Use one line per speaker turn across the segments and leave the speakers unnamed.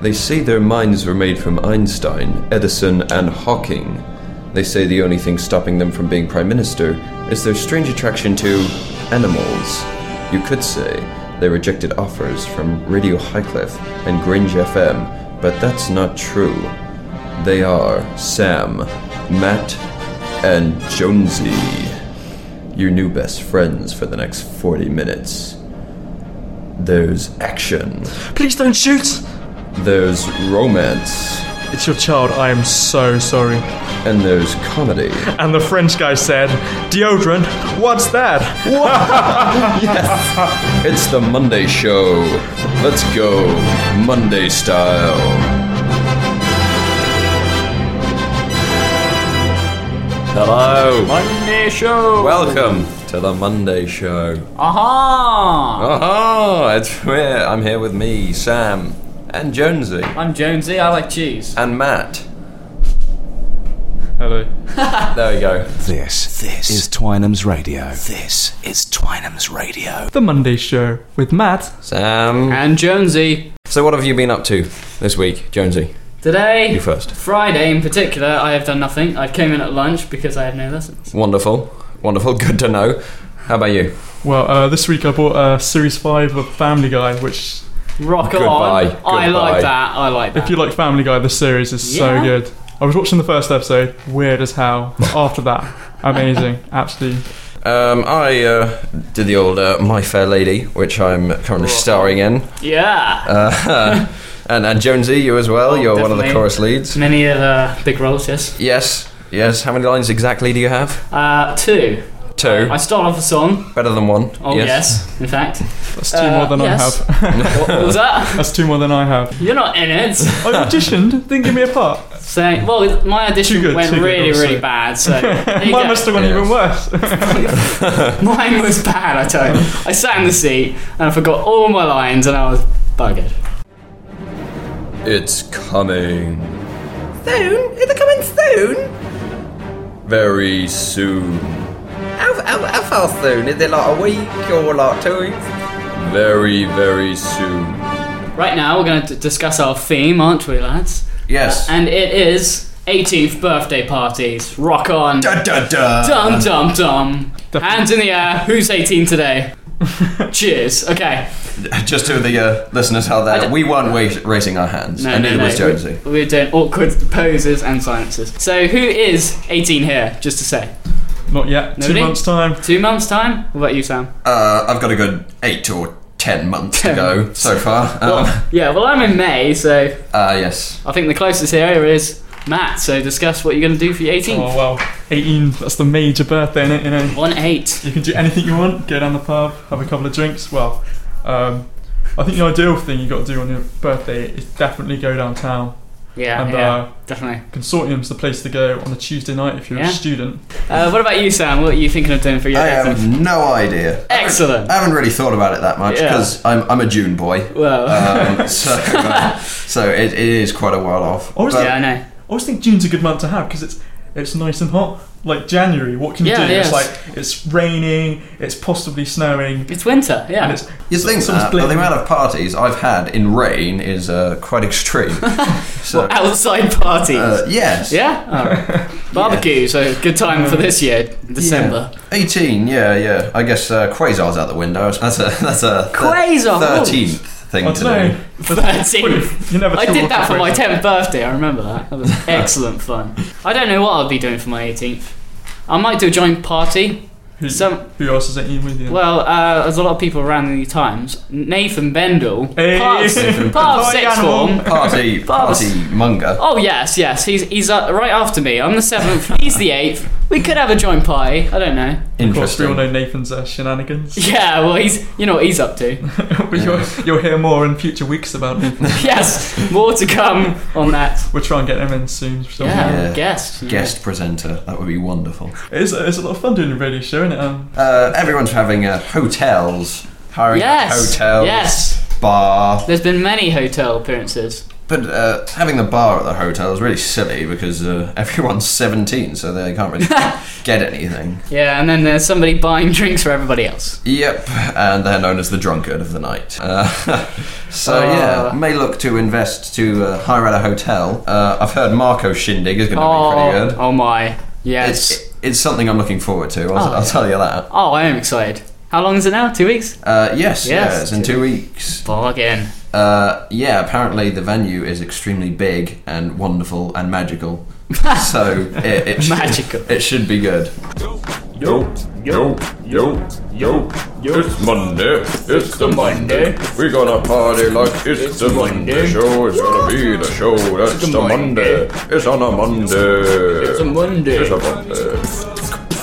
They say their minds were made from Einstein, Edison, and Hawking. They say the only thing stopping them from being Prime Minister is their strange attraction to animals. You could say they rejected offers from Radio Highcliffe and Grange FM, but that's not true. They are Sam, Matt, and Jonesy, your new best friends for the next 40 minutes. There's action.
Please don't shoot!
There's romance.
It's your child, I am so sorry.
And there's comedy.
And the French guy said, Deodorant? What's that?
yes! It's the Monday show. Let's go, Monday style. Hello.
Monday show.
Welcome to the Monday show.
Aha!
Aha! It's where I'm here with me, Sam, and Jonesy,
I'm Jonesy. I like cheese.
and Matt.
Hello.
There we go.
This, this is Twynham's Radio. This is Twynham's Radio.
The Monday Show with Matt.
Sam.
And Jonesy.
So, what have you been up to this week, Jonesy?
Today,
You first.
Friday in particular, I have done nothing. I came in at lunch because I had no lessons.
Wonderful. Wonderful. Good to know. How about you?
Well, uh, this week I bought uh, Series 5 of Family Guy, which,
Rock
Goodbye.
on. I
Goodbye.
like that. I like that.
if you like Family Guy, the series is so
Yeah.
good. I was watching the first episode, weird as hell. But after that, amazing. Absolutely.
Um, I uh, did the old uh, My Fair Lady, which I'm currently starring in.
yeah.
Uh, and, and Jonesy, you as well.
Oh,
You're one of the
definitely.
chorus leads.
Many of the big roles, yes.
Yes. Yes. How many lines exactly do you have?
Uh, two.
Two.
I start off a song.
Better than one.
Oh yes, in fact.
That's two
Uh,
more than
yes.
I have.
what, what was that?
That's two more than I have.
You're not in it.
I auditioned, then give me a part.
Saying, well, my audition
Too good,
went
too good,
really,
obviously.
really bad. So there you
Mine
go.
must have gone even worse.
Mine was bad, I tell you. I sat in the seat and I forgot all my lines and I was buggered.
It's coming
Soon? Is it coming soon?
very soon.
How, how, how far soon? Is it like a week or like two weeks?
Very, very soon.
Right now, we're going to d- discuss our theme, aren't we, lads?
Yes.
Uh, And it is 18th birthday parties. Rock on. Dum,
Da, da, da.
dum, dum. Hands in the air. Who's 18 today? Cheers. Okay.
Just to the uh, listeners how that
don't-
we weren't wa- raising our hands,
No,
and
no,
it
no.
was Jonesy.
We're, we're doing awkward poses and silences. So, who is 18 here, just to say?
Not yet.
Nobody?
Two months' time.
Two months' time? What about you, Sam?
Uh, I've got a good eight or ten months to
Ten
go so far. Um,
Yeah, well, I'm in May, so
uh, yes.
I think the closest area is Matt. So discuss what you're going to do for your 18th.
Oh well, 18. That's the major birthday, innit? You know,
One eight.
you can do anything you want. Go down the pub, have a couple of drinks. Well, um, I think the ideal thing you got to do on your birthday is definitely go downtown.
Yeah,
and
yeah,
uh,
definitely.
Consortium's the place to go on a Tuesday night if you're
Yeah.
a student.
Uh, what about you, Sam? What are you thinking of doing for your
I
18th?
have no idea.
Excellent.
I haven't really thought about it that much
Yeah.
because I'm, I'm a June boy.
Well,
Um, so uh, so it, it is quite a while off.
I always,
yeah, I know.
I always think June's a good month to have because it's it's nice and hot. Like January, what can you
Yeah,
do?
it
It's
is.
like it's raining, it's possibly snowing,
It's winter.
and
Yeah.
it's
You think
Someone's
that, but the
blaming
amount of parties I've had in rain is uh, quite extreme. so,
Outside parties.
uh, yes.
yeah. All right. Barbecue. So good time for this year, December.
18, yeah, yeah. I guess uh, Quasar's out the window. That's a that's a
Quasar,
thir-
oh.
13th thing
I
to
don't
do.
know.
Thirteenth.
You never
I
tell
did
what
that
to
for my
do.
10th birthday. I remember that. That was excellent fun. I don't know what I'll be doing for my 18th. I might do a joint party.
Who,
Some
who else is eating with you?
Well, uh, there's a lot of people around these times. Nathan Bendel,
Hey.
part of,
Nathan
part
Bendel.
of sixth
Hi,
form.
animal.
Party, party monger.
Oh yes, yes. He's he's uh, right after me. I'm the seventh. He's the eighth. We could have a joint party. I don't know.
of course, we all
Interesting.
know Nathan's uh, shenanigans.
Yeah, well, he's you know what he's up to.
But you'll, you'll hear more in future weeks about Nathan.
yes, more to come on that.
We'll try and get him in soon. for some reason.
Yeah,
Yeah.
guest. you know.
Guest presenter. That would be wonderful.
It's, it's a lot of fun doing a radio show, isn't it? Um,
Uh, everyone's having uh, hotels. Hiring
Yes.
hotels.
Yes.
bar.
There's been many hotel appearances.
But uh, having the bar at the hotel is really silly because uh, everyone's 17, so they can't really get anything.
Yeah, and then there's somebody buying drinks for everybody else.
Yep, and they're known as the drunkard of the night. Uh, so
Uh.
yeah, may look to invest to uh, hire out a hotel. Uh, I've heard Marco Shindig is going to be pretty
Oh,
good.
oh my. Yes.
It's it's something I'm looking forward to. I'll,
Oh,
I'll
yeah.
tell you that.
oh, I am excited. How long is it now? Two weeks?
Uh, yes, yeah,
Yes,
it's in two weeks.
Bargain.
Uh, yeah, apparently the venue is extremely big and wonderful and magical. so it, it should,
Magical.
It should be good.
Yo, yo, yo, yo, yo. It's Monday. It's the Monday. We're gonna party like it's, the Monday. show. It's gonna be the show. That's the, Monday. It's on a Monday. It's a Monday. It's a Monday.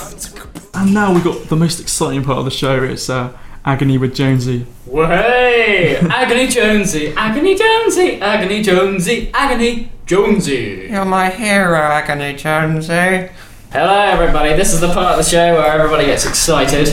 And now we've got the most exciting part of the show. It's uh, Agony with Jonesy.
Hey! Agony Jonesy, Agony Jonesy, Agony Jonesy, Agony Jonesy.
You're my hero, Agony Jonesy.
Hello, everybody. This is the part of the show where everybody gets excited.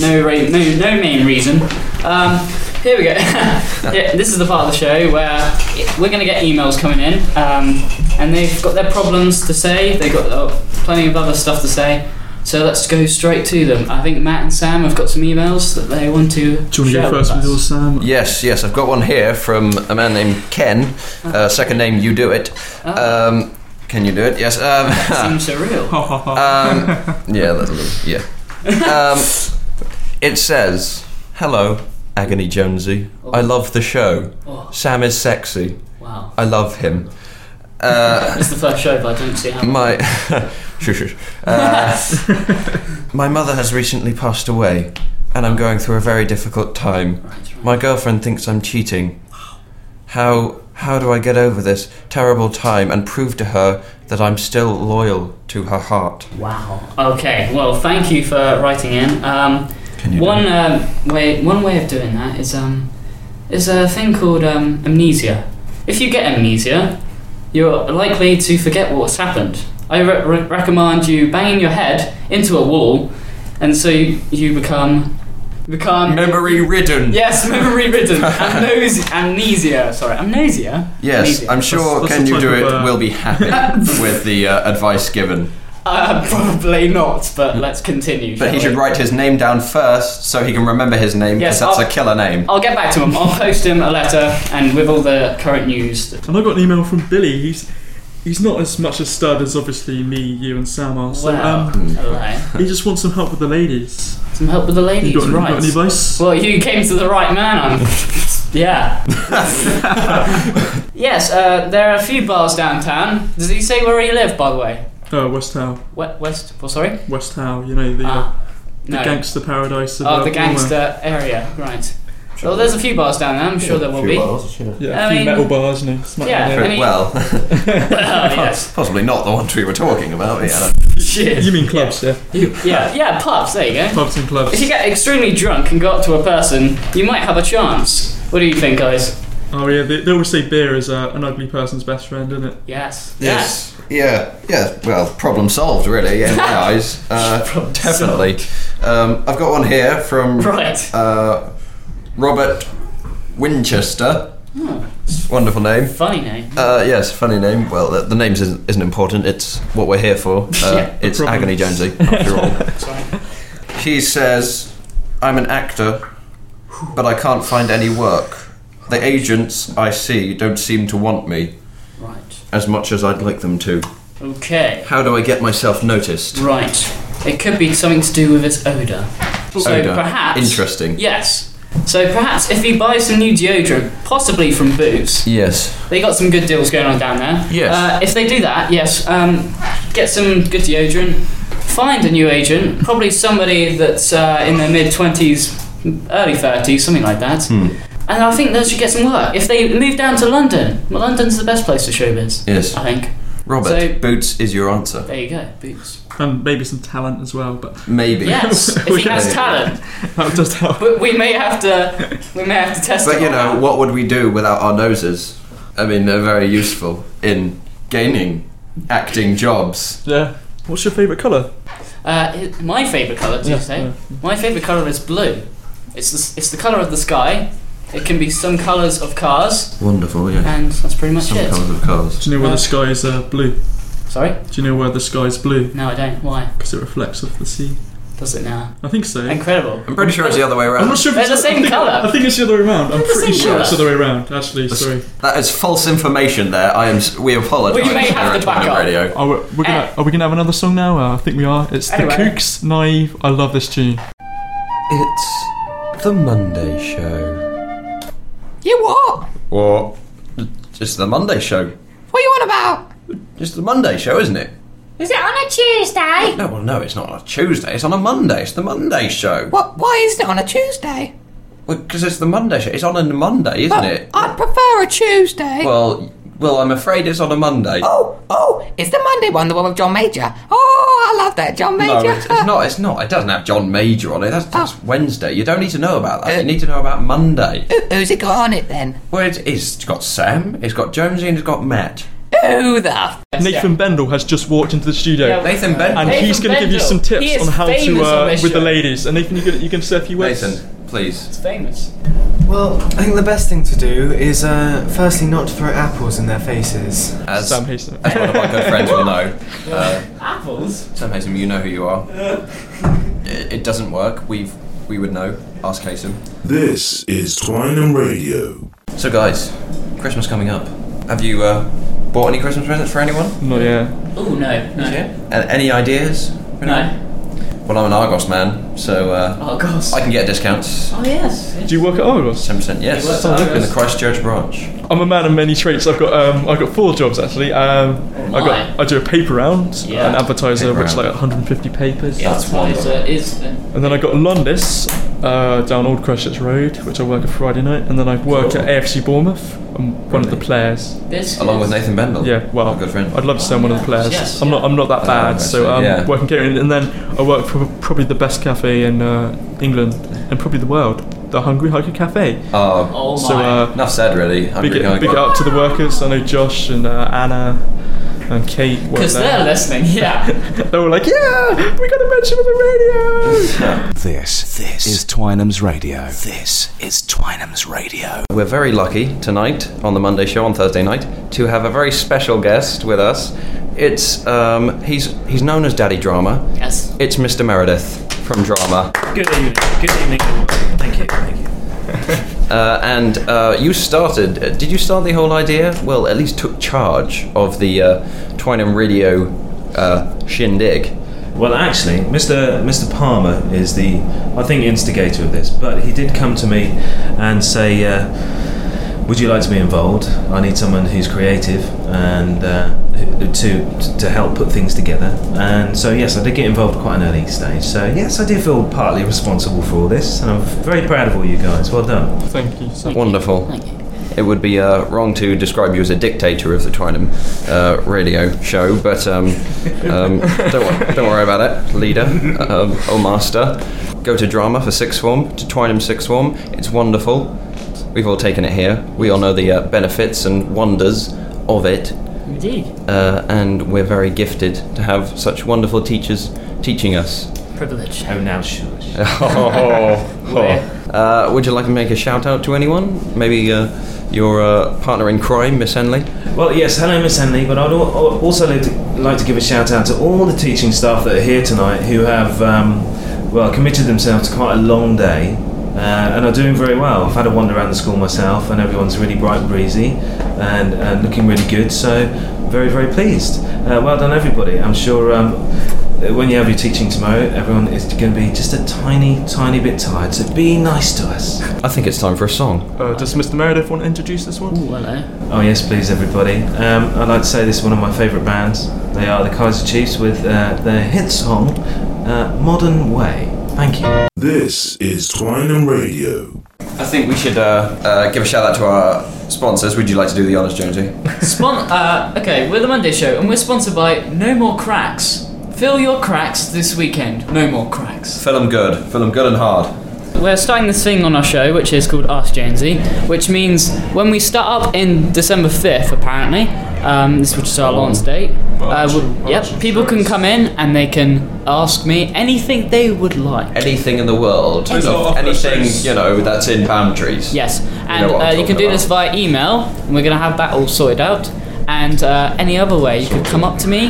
No, re- no, no main reason. Um, here we go. yeah, this is the part of the show where we're going to get emails coming in, um, and they've got their problems to say. They've got uh, plenty of other stuff to say. So let's go straight to them. I think Matt and Sam have got some emails that they want to.
Do you
share
want to go first
with
with um, yours,
us.
Sam?
Yes, yes, I've got one here from a man named Ken. Uh, second name, you do it. Um, can you do it? Yes. Um,
Oh, Seems surreal.
Ha, ha, ha.
Uh,
um, yeah, that'll do. Yeah. Um, it says, "Hello, Agony Jonesy. I love the show.
Oh,
Sam is sexy.
wow.
I love him." Uh,
It's the first show, but I don't see how.
my, shush, shush. Uh, my mother has recently passed away, and I'm going through a very difficult time.
Right, right.
My girlfriend thinks I'm cheating. How how do I get over this terrible time and prove to her that I'm still loyal to her heart?
Wow. Okay. Well, thank you for writing in. Um,
Can you do
one um way, one way of doing that is um, is a thing called um, amnesia. If you get amnesia, you're likely to forget what's happened. I re- re- recommend you banging your head into a wall, and so you, you become become
Memory ridden.
Yes, memory ridden. Amnesia. amnesia. Sorry, amnesia.
Yes,
amnesia.
I'm sure
That's- that's
Can
the
You
type
Do It
of, uh,
will be happy with the uh, advice given.
Uh, probably not, but let's continue.
But
shall
he
we?
should write his name down first so he can remember his name because
Yes,
that's
I'll-
a killer name.
I'll get back to him. I'll post him a letter and with all the current news.
And I got an email from Billy. He's he's not as much a stud as obviously me, you, and Sam are. So
Wow.
um,
Hello.
he just wants some help with the ladies.
Some help with the
You
ladies,
got, you got any
right?
advice?
well, you came to the right man. I'm. yeah. yes, uh, there are a few bars downtown. Does he say where he lived, by the way?
Oh, West Howe.
We- West. Well, sorry.
West Howe, you know, the, uh,
Ah,
the
no.
gangster paradise of
oh,
uh,
the
Bournemouth.
gangster area, right? Well, there's a few bars down there. I'm sure there will be.
Yeah,
I
a few
mean-
metal bars, you know. smack
Yeah.
down
I
there.
mean-
well,
Oh, yes.
possibly not the ones we were talking about. but Yeah, I
Shit.
You mean clubs, yeah?
Yeah, yeah, pubs. There you go.
Clubs and
If
clubs.
you get extremely drunk and go up to a person, you might have a chance. What do you think, guys?
Oh, yeah, they, they always say beer is uh, an ugly person's best friend, isn't it?
Yes.
Yes. Yeah. Yeah. Well, problem solved, really. Yeah, in my eyes, uh,
Problem
definitely. Um, I've got one here from
Right.
uh, Robert Winchester. Wonderful name.
Hmm. Funny name.
Uh, yes, funny name. Well, the, the name isn't, isn't important. It's what we're here for. Uh,
Yeah,
it's
problem.
Agony Jonesy, after all.
Sorry.
He says, "I'm an actor, but I can't find any work. The agents I see don't seem to want me
Right.
as much as I'd like them to."
Okay.
How do I get myself noticed?
Right. It could be something to do with its odor. So
Odour.
perhaps.
Interesting.
Yes. So perhaps if you buy some new deodorant, possibly from Boots,
Yes.
they got some good deals going on down there.
Yes.
Uh, if they do that, yes, um, get some good deodorant. Find a new agent, probably somebody that's uh, in their mid twenties, early thirties, something like that.
Hmm.
And I think they should get some work. If they move down to London, well, London's the best place for showbiz.
Yes.
I think.
Robert,
So-
Boots is your answer.
There you go, Boots.
And maybe some talent as well, but
Maybe.
Yes, if he has talent,
that does help.
but we may have to, we may have to test.
But
him
you
on
know,
that.
what would we do without our noses? I mean, they're very useful in gaining acting jobs.
Yeah. What's your favourite colour?
Uh, hi- my favourite colour, do you
Yeah,
say?
yeah.
My favourite colour is blue. It's the, s- it's the colour of the sky. It can be some colours of cars,
Wonderful, yeah.
and that's pretty much
Some
it.
colours of cars.
Do you know where the sky is uh, blue? Do
Sorry?
you know where the sky is blue?
No, I don't. Why?
Because it reflects off the sea.
Does it now?
I think so.
Incredible.
I'm pretty sure it's the other way
I'm not
around.
sure if
They're
it's
the same
I think,
colour.
I think it's the other way around. I'm
They're the
pretty
same
sure it's the
colour.
other way around, actually. Sorry.
That is false information there. I am. s- We apologise.
We may
here
have
at
to back
Twinem
up.
Radio.
Are we, we're gonna, are we gonna have another song now? Uh, I think we are. It's
Eh. Anyway.
The Kooks, Naive. I love this tune.
It's the Monday show.
You what? What? Just the Monday show.
What you on about?
Just the Monday show, isn't it?
Is it on a Tuesday?
No, well, no, it's not on a Tuesday. It's on a Monday. It's the Monday show.
What? Why isn't it on a Tuesday?
Because it's the Monday show. It's on a Monday, isn't
But
it?
I'd prefer a Tuesday.
Well, well, I'm afraid it's on a Monday.
oh, oh, it's the Monday one, the one with John Major. Oh, I love that
No,
John Major. Oh.
it's, it's not. It's not. It doesn't have John Major on it. That's, that's Wednesday. You don't need to know about that.
Uh,
you need to know about Monday.
Who- who's it got on it then?
Well, it's, it's got Sam, it's got Jonesy, and it's got Matt.
Who the? F-
Nathan Bendel has just walked into the studio.
Yeah,
Nathan Bendel.
and
Nathan
he's going to give you
Bendel.
some
He
tips
is
on how to
famous
uh,
on this
with the
show.
ladies. And Nathan, you can you can say a few words.
Nathan, please.
Famous.
Well, I think the best thing to do is, uh, firstly, not to throw apples in their faces.
As
Sam
one
Hasten.
of my good friends will know, uh,
Apples.
Sam Hazen, you know who you are. It, it doesn't work. We've we would know. Ask Hazen.
This is Twinem Radio.
So, guys, Christmas coming up. Have you uh, bought any Christmas presents for anyone?
no, yeah.
Oh no, no,
And any ideas?
no.
Well, I'm an Argos man, so uh,
Oh gosh.
I can get discounts.
Oh yes.
Do you work at Argos?
Ten percent, yes.
He works at
In the
Argos.
Christchurch branch.
I'm a man of many traits. I've got um, I've got four jobs actually. Um, I got
my.
I do a paper round,
Yeah.
an advertiser,
Oh, Paper
which is like
round.
150 papers.
Yeah, that's why it's, uh, is. Uh,
And then I got Londis uh, down Old Christchurch Road, which I work at Friday night. And then I've worked at AFC Bournemouth. I'm one of the players.
this
Along with
is-
Nathan Bendel.
Yeah, well,
My good friend.
I'd love to say I'm one of the players.
Yes,
I'm
yeah.
not. I'm not that bad.
okay,
so
so,
um,
yeah.
working catering, and then I work for probably the best cafe in uh, England and probably the world, the Hungry Hiker Cafe.
Oh,
Oh my.
so uh,
enough said, really. I'm
big,
really going
big
to-
up to the workers. I know Josh and uh, Anna and Kate. work
because they're
there.
listening. Yeah.
they were like, "Yeah, we got a mention on the radio."
This, this is Twinem's Radio. This is Twinem's Radio.
We're very lucky tonight on the Monday show on Thursday night to have a very special guest with us. It's um, he's he's known as Daddy Drama.
yes.
It's Mr. Meredith from Drama,
Good evening. Good evening. everyone. Thank you. Thank you.
uh, and uh, you started. uh, Did you start the whole idea? Well, at least took charge of the uh, Twinem Radio uh, shindig.
Well, actually, Mr. Mr. Palmer is the I think instigator of this, but he did come to me and say, uh, "Would you like to be involved? I need someone who's creative and uh, who- to to help put things together." And so, yes, I did get involved at quite an early stage. So, yes, I do feel partly responsible for all this, and I'm very proud of all you guys. Well done.
Thank you. So
Wonderful. It would be uh, wrong to describe you as a dictator of the Twinem uh, radio show, but um, um, don't, wor- don't worry about it, leader um, or master. Go to drama for sixth form, to Twinem sixth form. It's wonderful. We've all taken it here. We all know the uh, benefits and wonders of it,
Indeed.
uh, and we're very gifted to have such wonderful teachers teaching us.
Privilege.
Oh, now shush.
Oh. Uh, would you like to make a shout out to anyone? Maybe uh, your uh, partner in crime, Miss Henley?
Well, yes, hello, Miss Henley, but I'd al- al- also like to, like to give a shout out to all the teaching staff that are here tonight who have, um, well, committed themselves to quite a long day uh, and are doing very well. I've had a wander around the school myself, and everyone's really bright and breezy and, and looking really good, so very, very pleased. Uh, well done, everybody. I'm sure um, when you have your teaching tomorrow, everyone is going to be just a tiny, tiny bit tired, so be nice to us.
I think it's time for a song.
uh, does Mr. Meredith want to introduce this one?
Ooh, hello.
Oh yes, please everybody. Um, I'd like to say this is one of my favourite bands. They are the Kaiser Chiefs with uh, their hit song uh, "Modern Way." Thank you.
This is Twinem Radio.
I think we should uh, uh, give a shout out to our sponsors. Would you like to do the honors, Jonesy?
Spon- uh, okay, we're the Monday Show, and we're sponsored by No More Cracks. Fill your cracks this weekend. No more cracks.
Fill 'em good. Fill 'em good and hard.
We're starting this thing on our show, which is called Ask Jonesy, which means when we start up in December 5th, apparently, um, this which is our launch date. Uh, we- yep, people can come in and they can ask me anything they would like.
Anything in the world.
There's a lot of
anything,
photos.
you know, that's in palm trees.
Yes, And
know what I'm
uh, you can
talking
do
about.
this via email, and we're going to have that all sorted out. And uh, any other way, you could come up to me,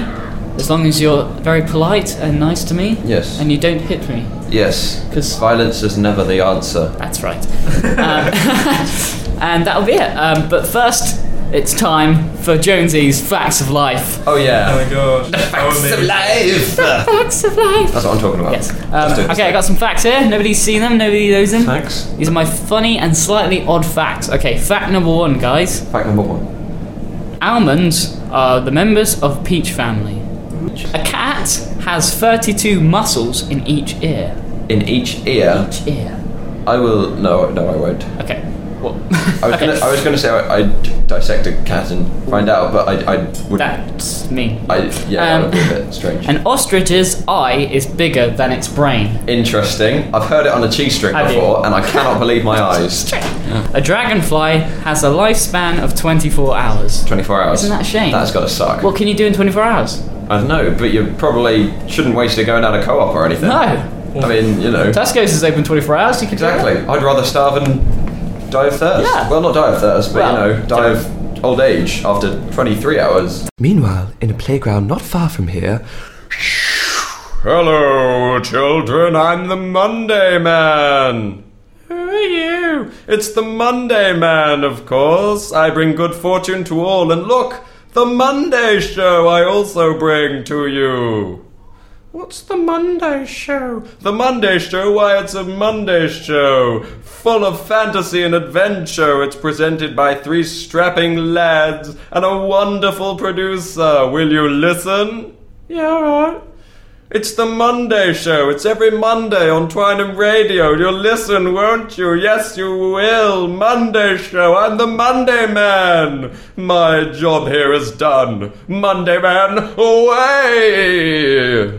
as long as you're very polite and nice to me.
Yes.
And you don't hit me.
Yes.
Because
violence is never the answer.
That's right. Um, And that'll be it. Um, but first, it's time for Jonesy's Facts of Life.
Oh, yeah.
Oh my god. The
facts
of
life.
facts of life.
That's what I'm talking about.
Yes.
Let's do
Um,
this.
okay, I got some facts here. Nobody's seen them. Nobody knows them.
Facts.
These are my funny and slightly odd facts. Okay, fact number one, guys.
Fact number one.
Almonds are the members of peach family. A cat has 32 muscles in each ear.
In each ear.
Each ear.
I will. No, no, I won't.
Okay. What?
I was
Okay.
gonna. I was gonna say I, I'd dissect a cat and find out, but I. I would.
That's me.
I. Yeah,
Um,
that would be a bit strange.
An ostrich's eye is bigger than its brain.
Interesting. I've heard it on a cheese string
Have you?
before, and I cannot believe my eyes.
A dragonfly has a lifespan of 24 hours.
24 hours.
Isn't that a shame?
That's gotta suck.
What can you do in 24 hours?
I don't know, but you probably shouldn't waste it going down a co-op or anything.
No.
I mean, you know.
Tesco's is open 24 hours. You can do that.
Exactly. I'd rather starve and die of thirst.
Yeah.
Well, not die of thirst, but
Well,
you know, die of old age after 23 hours.
Meanwhile, in a playground not far from here,
Hello, children. I'm the Monday Man.
Who are you?
It's the Monday Man, of course. I bring good fortune to all, and look, the Monday Show I also bring to you.
What's the Monday show?
The Monday Show, why it's a Monday Show. Full of fantasy and adventure, it's presented by three strapping lads and a wonderful producer. Will you listen?
Yeah, alright.
It's the Monday Show. It's every Monday on Twinem Radio. You'll listen, won't you? Yes, you will. Monday Show. I'm the Monday Man. My job here is done. Monday Man, away!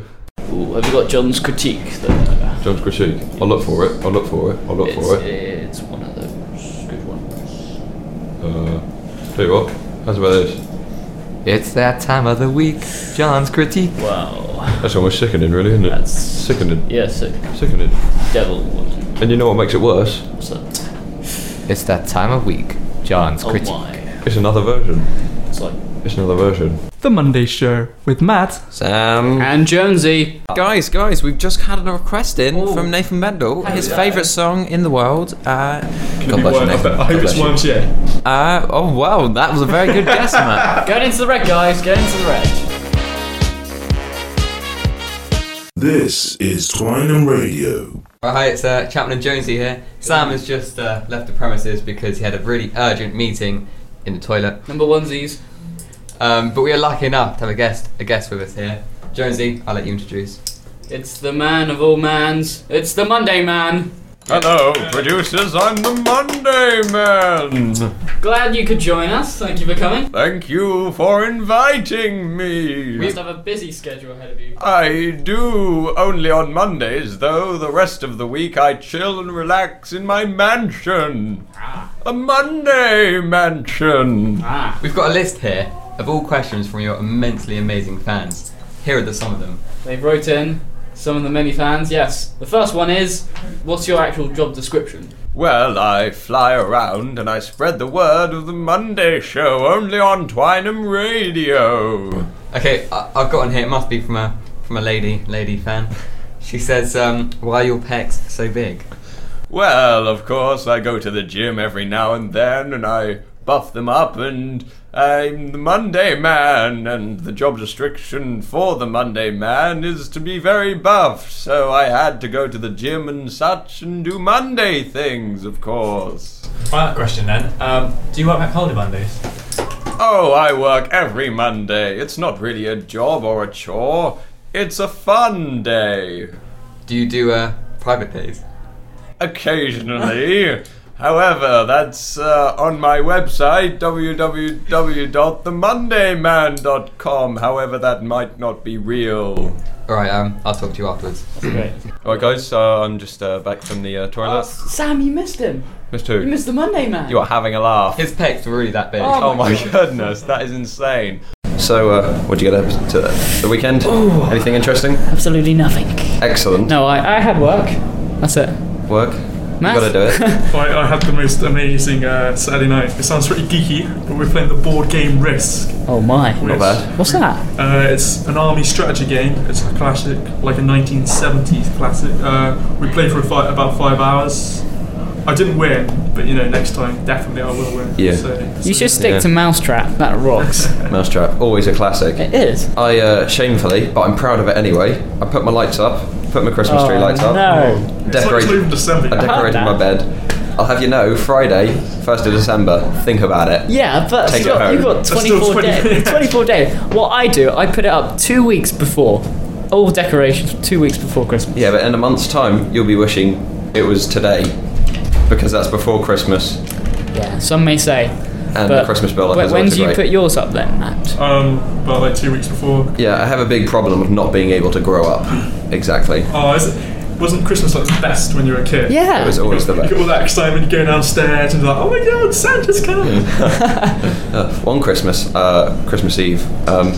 Ooh, have you got John's critique?
John's critique. I'll look for it. I'll look for it. I'll look
It's,
for it.
it's one of those good ones.
Uh, tell you what, how's about this?
It's that time of the week. John's critique.
Wow.
That's almost sickening, really, isn't it? That's sickening.
Yeah, sick.
Sickening.
Devil.
And you know what makes it worse?
It's that time of week. John's
Oh
critique.
It's another version.
It's like
it's another version.
The Monday Show with Matt.
Sam.
And Jonesy.
Guys, guys, we've just had a request in from Nathan Mendel. His
yeah.
favourite song in the world. Uh,
Could be Worm. I bet- I hope it's Worm's yeah.
Uh, oh wow, that was a very good guess, Matt.
Going into the red, guys. Going into the red.
This is Twinem Radio.
Well, hi, it's uh, Chapman and Jonesy here. Sam has just uh, left the premises because he had a really urgent meeting in the toilet.
Number onesies.
Um, but we are lucky enough to have a guest, a guest with us here. Jonesy, I'll let you introduce.
It's the man of all mans. It's the Monday man.
Hello, producers. I'm the Monday Man.
Glad you could join us. Thank you for coming.
Thank you for inviting me.
We must have a busy schedule ahead of you.
I do only on Mondays, though. The rest of the week I chill and relax in my mansion.
Ah.
A Monday mansion.
Ah.
We've got a list here of all questions from your immensely amazing fans. Here are the, some of them.
They wrote in some of the many fans. Yes. The first one is, what's your actual job description?
Well, I fly around and I spread the word of the Monday show only on Twinem Radio.
Okay, I, I've got one here. It must be from a from a lady, lady fan. She says, um, "Why are your pecs so big?"
Well, of course, I go to the gym every now and then and I buff them up, and I'm the Monday man, and the job description for the Monday man is to be very buff, so I had to go to the gym and such and do Monday things, of course.
Right, that question then. Um, do you work bank holiday Mondays?
Oh, I work every Monday. It's not really a job or a chore. It's a fun day.
Do you do uh, private days?
Occasionally. However, that's uh, on my website, www.themondayman.com. However, that might not be real.
All right, um, I'll talk to you afterwards.
Great.
All right, guys. Uh, I'm just uh, back from the uh, toilet.
Sam, you missed him.
Missed who?
You missed the Monday man.
You are having a laugh.
His pecs were really that big.
Oh,
Oh
my
my
goodness, that is insane.
So, uh, what'd you get up to the weekend? Anything interesting?
Absolutely nothing.
Excellent.
No, I, I had work. That's it.
Work?
Matt?
gotta do it.
I, I had the most amazing uh, Saturday night. It sounds pretty geeky, but we're playing the board game Risk.
Oh my.
Not bad.
What's that?
Uh, it's an army strategy game. It's a classic, like a 1970s classic. Uh, we played for fi- about five hours. I didn't win, but you know, next time definitely I will win.
Yeah.
So,
You should stick
Yeah.
to Mousetrap. That rocks.
Mousetrap, always a classic. It
is.
I uh, shamefully, but I'm proud of it anyway. I put my lights up, put my Christmas tree
Oh,
lights up.
no.
It's like
Decorated,
two in December.
I decorated my bed. I'll have you know, Friday, first of December. Think about it.
Yeah, but
Take it
you've got,
home.
you've got
That's still
24
20
days. 24 days. What I do, I put it up two weeks before. All decorations two weeks before Christmas.
Yeah, but in a month's time, you'll be wishing it was today because that's before Christmas
Yeah. Some may say.
and the
but
Christmas bell.
wh- when do you put yours up then, Matt?
Um, about like two weeks before.
Yeah, I have a big problem of not being able to grow up. Exactly.
Oh, is it, wasn't Christmas like the best when you were a kid?
Oh
Yeah. It was always the
You got all that excitement, you go downstairs and you're like, oh my god, Santa's coming!
Uh, one Christmas, uh, Christmas Eve, um,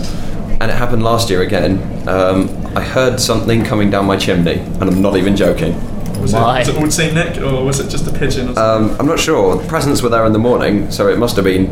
and it happened last year again. Um, I heard something coming down my chimney, and I'm not even joking.
Was it, was it Old St. Nick or was it just a pigeon? Or something?
Uh,
Um, I'm not sure. The presents were there in the morning, so it must have been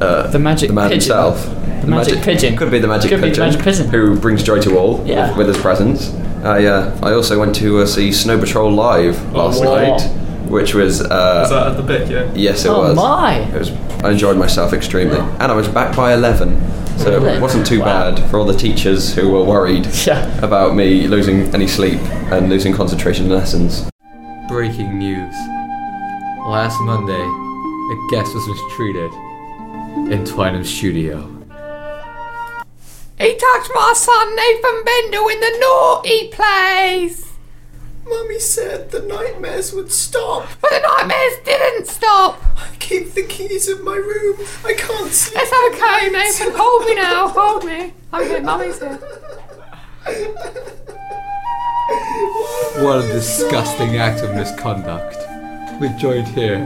uh, the
magic
the man
pigeon.
himself.
The magic pigeon.
could be the magic
Could be
pigeon,
the magic pigeon.
who brings joy to all
Yeah.
with, with his presence. I uh, I also went to uh, see Snow Patrol live
Oh,
last
wow.
night, which was uh,
was that at the bit, yeah?
Yes, it
Oh,
was.
my.
It was. I enjoyed myself extremely, and I was back by eleven, so
Really?
it wasn't too bad for all the teachers who were worried about me losing any sleep and losing concentration in lessons.
Breaking news. Last Monday, a guest was mistreated in Twynham's studio.
He touched my son Nathan Bendel in the naughty place. Mummy said the nightmares would stop. But the nightmares didn't stop. I keep thinking he's in my room. I can't sleep. It's okay, Nathan. Hold me now. Hold me. I'm here. Mummy's here.
What a disgusting act of misconduct. We're joined here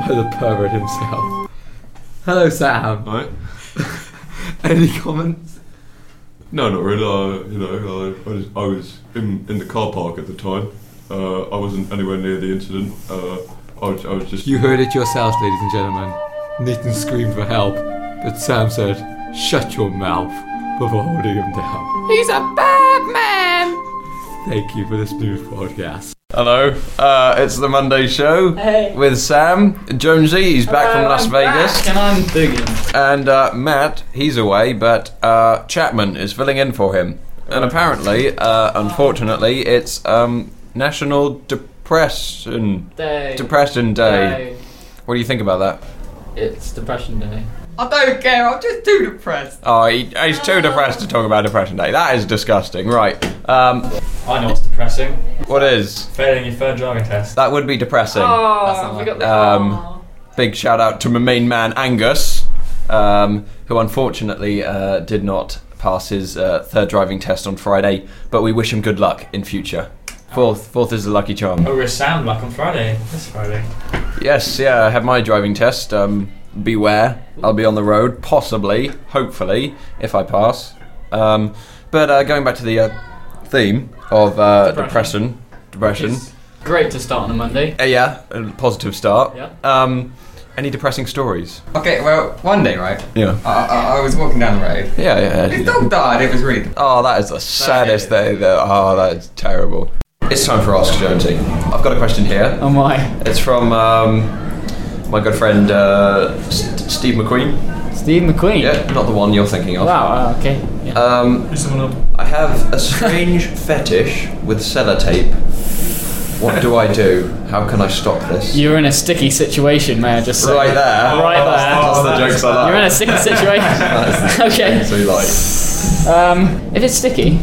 by the pervert himself. Hello, Sam.
Right?
Any comments?
No, not really. I, you know, I, I, was, I was in, in the car park at the time. Uh, I wasn't anywhere near the incident. Uh, I, was, I was just.
You heard it yourselves, ladies and gentlemen. Nathan screamed for help, but Sam said, shut your mouth before holding him down.
He's a bad man.
Thank you for this new podcast.
Hello, uh, it's the Monday Show
Hey.
with Sam Jonesy. He's back from Las Vegas,
and I'm Boogie.
And uh, Matt, he's away, but uh, Chapman is filling in for him. And apparently, uh, unfortunately, it's um, National Depression
Day.
Depression Day.
Day.
What do you think about that?
It's Depression Day.
I don't care, I'm just too depressed.
Oh, he, he's too depressed to talk about Depression Day. That is disgusting. Right. Um,
I know what's depressing.
What is?
Failing your third driving test.
That would be depressing.
Oh, we got
Um, big shout out to my main man Angus, um, who unfortunately uh, did not pass his uh, third driving test on Friday, but we wish him good luck in future. Fourth, fourth is the lucky charm.
Oh, we're sound like on Friday. This Friday.
Yes, yeah, I have my driving test. Um, beware, I'll be on the road, possibly, hopefully, if I pass. Um, but uh, going back to the uh, theme of uh, depression, depression.
Great to start on a Monday.
Uh, yeah, a positive start.
Yeah.
Um, any depressing stories?
Okay, well, one day, right?
Yeah.
I, I, I was walking down the road.
Yeah, yeah.
This dog died. It was really.
Oh, that is the saddest day. Though. Oh, that is terrible. It's time for Ask Jonesy. I've got a question here.
Oh my.
It's from um, my good friend uh, S- Steve McQueen.
Steve McQueen.
Yeah, not the one you're thinking of.
Wow, uh, okay.
Um, I have a strange fetish with sellotape. What do I do? How can I stop this?
You're in a sticky situation, may I just say?
Right there.
Oh, Right there.
That's the jokes I like.
You're in a sticky situation. okay.
So you like.
Um, if it's sticky,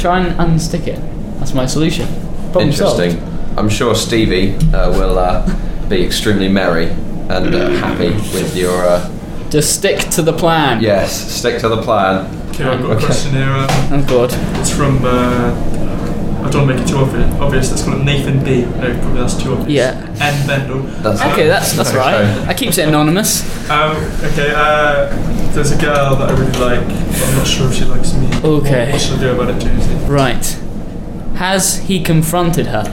try and unstick it. That's my solution. Problem
Interesting.
solved.
I'm sure Stevie uh, will uh, be extremely merry and uh, happy with your. Uh,
Just stick to the plan.
Yes, stick to the plan.
Okay, I've got a question here. Um,
I'm good.
It's from, uh, I don't want to make it too obvious, obvious. It's called Nathan B. No, probably that's too obvious.
Yeah.
And Bendel.
That's okay, that's that's right. I keeps it anonymous.
Um, okay, uh, there's a girl that I really like, but I'm not sure if she likes me.
Okay.
What should I do about it, Jonesy?
Right. Has he confronted her?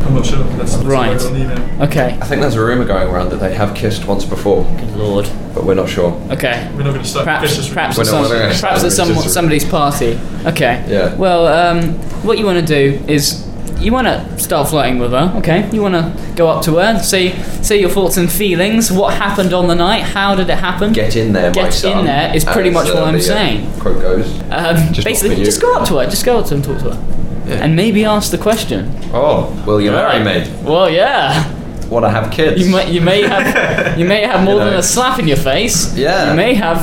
I'm not sure. That's that's
Right.
what I need now.
Okay.
I think there's a rumor going around that they have kissed once before. Good
lord.
But we're not sure.
Okay.
We're not going to start.
Perhaps, perhaps,
We're not
at, some,
gonna start
perhaps at some,
racism.
somebody's party. Okay.
Yeah.
Well, um, what you want to do is you want to start flirting with her. Okay. You want to go up to her, see, see your thoughts and feelings. What happened on the night? How did it happen?
Get in there,
Get
my son.
in there is pretty
as,
much what
uh,
I'm
the, uh,
saying.
Quote goes.
Um,
Just not
basically,
for you.
just go up to her. Just go up to her and talk to her, and maybe ask the question.
Oh, will you marry me?
Well, yeah.
Want to have kids?
You may, you may have you may have more than a slap in your face.
Yeah.
You may have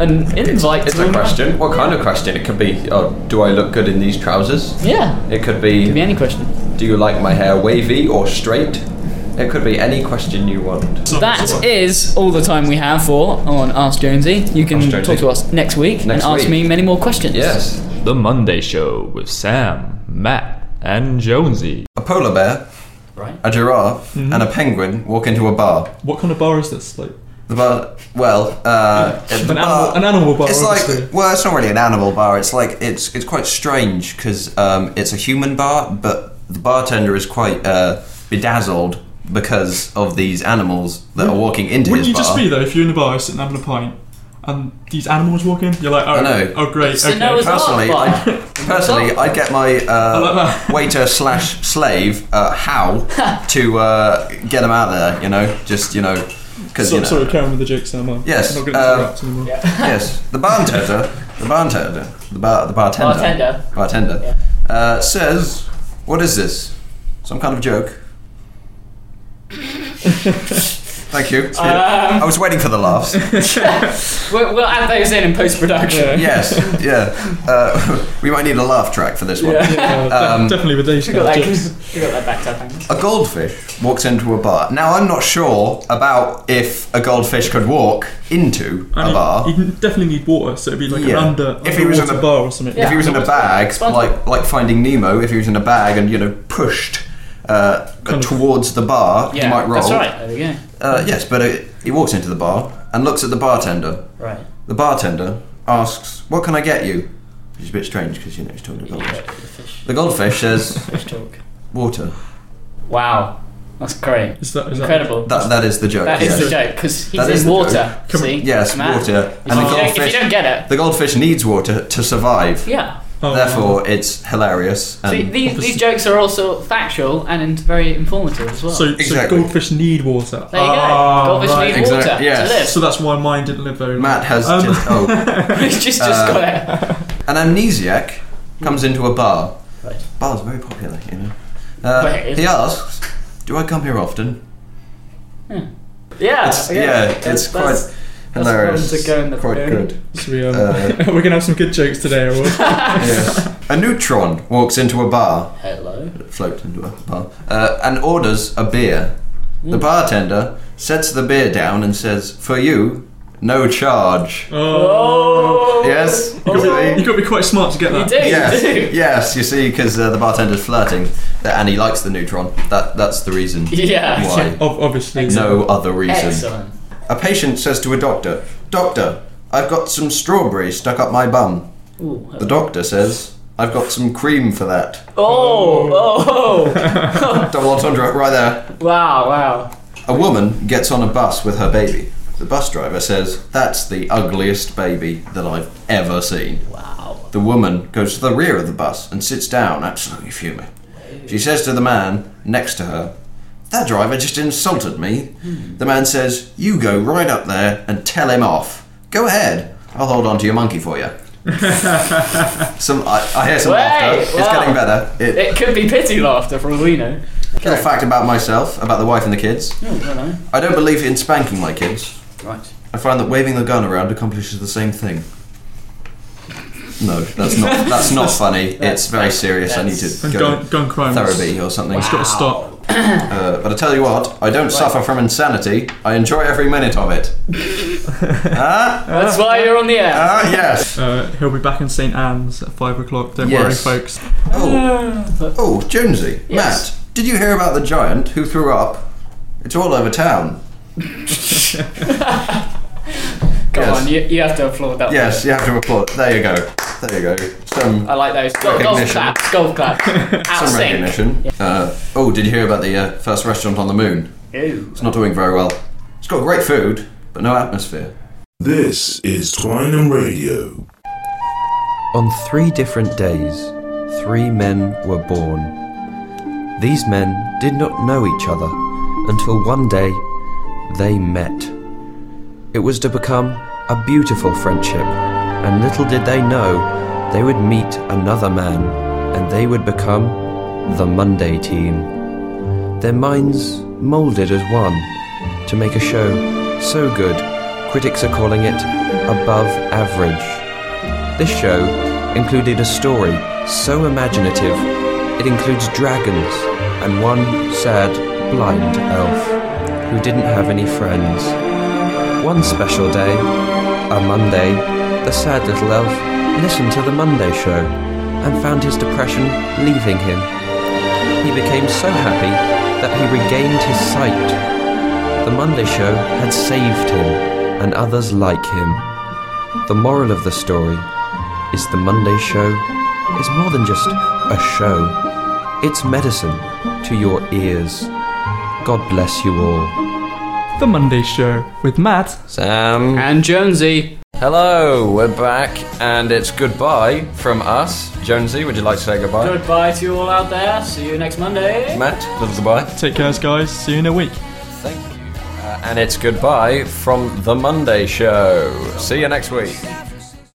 an invite
It's
to
a
a
question. What kind of question? It could be, oh, do I look good in these trousers?
Yeah.
It could be. Could
be any question.
Do you like my hair wavy or straight? It could be any question you want.
That is all the time we have for on Ask Jonesy. You can talk to us next week
Next
and ask
week.
me many more questions.
The Monday Show with Sam, Matt, and Jonesy.
A polar bear,
right. Mm-hmm.
a giraffe, and a penguin walk into a bar.
What kind of bar is this? Like,
The bar, well, uh, the
An
bar-
animal- an animal bar,
It's
obviously.
like, well, it's not really an animal bar. It's like it's it's quite strange because um, it's a human bar, but the bartender is quite uh, bedazzled because of these animals that are walking into
Wouldn't
his
you
bar.
just be though if you're in a bar sitting having a pint and these animals walk in? You're like, oh,
I know.
oh great. okay.
personally, I, personally, I'd get my uh, waiter slash slave uh, Hal to uh, get him out of there. You know, just you know, because
so,
you know.
sorry, carry on with the jokes now, Mike.
Yes,
I'm not going to
um,
interrupt anymore.
yes, the bartender, the bartender, the bar, the bartender,
Bartender.
bartender, uh, says, "What is this? Some kind of joke?" Thank you.
Um.
I was waiting for the laughs.
we'll, we'll add those in in post production.
Yes, yeah. Uh, we might need a laugh track for this one.
Yeah. Yeah, de-
definitely with these.
We got, that, we got that backed up. I think.
A goldfish walks into a bar. Now, I'm not sure about if a goldfish could walk into
And
a
he-
bar.
He definitely need water, so it'd be like
Yeah.
an under.
if he was in a
bar or something.
if he was in a bag,
Sponge-
like like Finding Nemo, if he was in a bag and you know pushed uh, towards the bar,
Yeah,
he might roll.
That's right. There we go.
Uh, yes, but uh, he walks into the bar and looks at the bartender.
Right.
The bartender asks, "What can I get you?" Which is a bit strange because you know he's talking to goldfish. The goldfish says,
talk.
"Water."
Wow. That's great.
Is that,
is that-
Incredible.
That- that is the joke,
That is
yes.
the joke because he's
That is
in
the
water.
joke.
See?
Yes,
Man.
water.
If, you don't, if you don't get
The goldfish needs water to survive.
it, yeah.
Therefore, it's hilarious. And
See, these, these jokes are also factual and in- very informative as well.
So,
Exactly.
so goldfish need water.
There you go.
Ah,
Goldfish need Exact- water to yes. live.
So that's why mine didn't live very long.
Matt has
Um,
just- oh.
He's just- just
Uh,
got
An amnesiac comes into a bar.
Right.
Bars are very popular, you know. Uh,
Wait.
he asks, "Do I come here often?"
yeah,
It's,
okay.
yeah,
That's-
it's quite
that's- that's
hilarious.
one to go in the
quite
phone.
good.
So we, um,
Uh,
we're gonna have some good jokes today. Or what?
yeah. A neutron walks into a bar.
Hello.
Floats into a bar uh, and orders a beer.
Hmm.
The bartender sets the beer down and says, "For you, no charge."
Oh.
Oh.
Yes.
You got, to be quite smart to get that.
yes. Yes, you see, because uh, the bartender's flirting, that, and he likes the neutron. That that's the reason.
Yeah.
Why?
Ob- obviously.
No other reason.
Excellent.
A patient says to a doctor, "Doctor, I've got some strawberry stuck up my bum."
Ooh,
The doctor says, "I've got some cream for that."
Oh, oh,
Double entendre, right there.
wow, wow.
A woman gets on a bus with her baby. The bus driver says, That's the ugliest baby that I've ever seen.
Wow.
The woman goes to the rear of the bus and sits down, absolutely fuming. She says to the man next to her, That driver just insulted me. The man says, You go right up there and tell him off. Go ahead. I'll hold on to your monkey for you. some, I, I hear some
Wait,
laughter. It's
wow.
getting better.
It, could be pity laughter for all we know.
Little fact about myself, about the wife and the kids.
Oh, hello.
I don't believe in spanking my kids.
Right.
I find that waving the gun around accomplishes the same thing. No, that's not that's not funny. It's very serious. I need to
And
go
gun- gun crimes.
therapy or something.
It's gotta stop.
Uh, but I tell you what, I don't suffer from insanity. I enjoy every minute of it.
That's why you're on the air.
Ah, yes.
Uh, he'll be back in St Anne's at five o'clock. Don't
Yes.
worry, folks.
Oh, oh, Jonesy,
Yes.
Matt, did you hear about the giant who threw up? It's all over town.
Come
Yes.
on, you, you have to applaud that.
Yes, you have to applaud. There you go. There you go. Some
I like those. Go- Golf
Recognition.
claps, golf claps. Out of
some
sync.
recognition. Uh, oh, did you hear about the uh, first restaurant on the moon?
Ew.
It's not doing very well. It's got great food, but no atmosphere.
This is Twinem Radio.
On three different days, three men were born. These men did not know each other until one day they met. It was to become a beautiful friendship, and little did they know they would meet another man and they would become the Monday team. Their minds moulded as one to make a show so good, critics are calling it above average. This show included a story so imaginative it includes dragons and one sad blind elf who didn't have any friends. One special day, a Monday, the sad little elf listened to the Monday show and found his depression leaving him. He became so happy that he regained his sight. The Monday show had saved him and others like him. The moral of the story is the Monday show is more than just a show, it's medicine to your ears. God bless you all.
The Monday Show with Matt.
Sam.
And Jonesy.
Hello, we're back, and it's goodbye from us. Jonesy, would you like to say goodbye?
Goodbye to you all out there. See you next Monday.
Matt, little goodbye.
Take care, guys. See you in a week.
Thank you. Uh, and it's goodbye from The Monday Show. See you next week.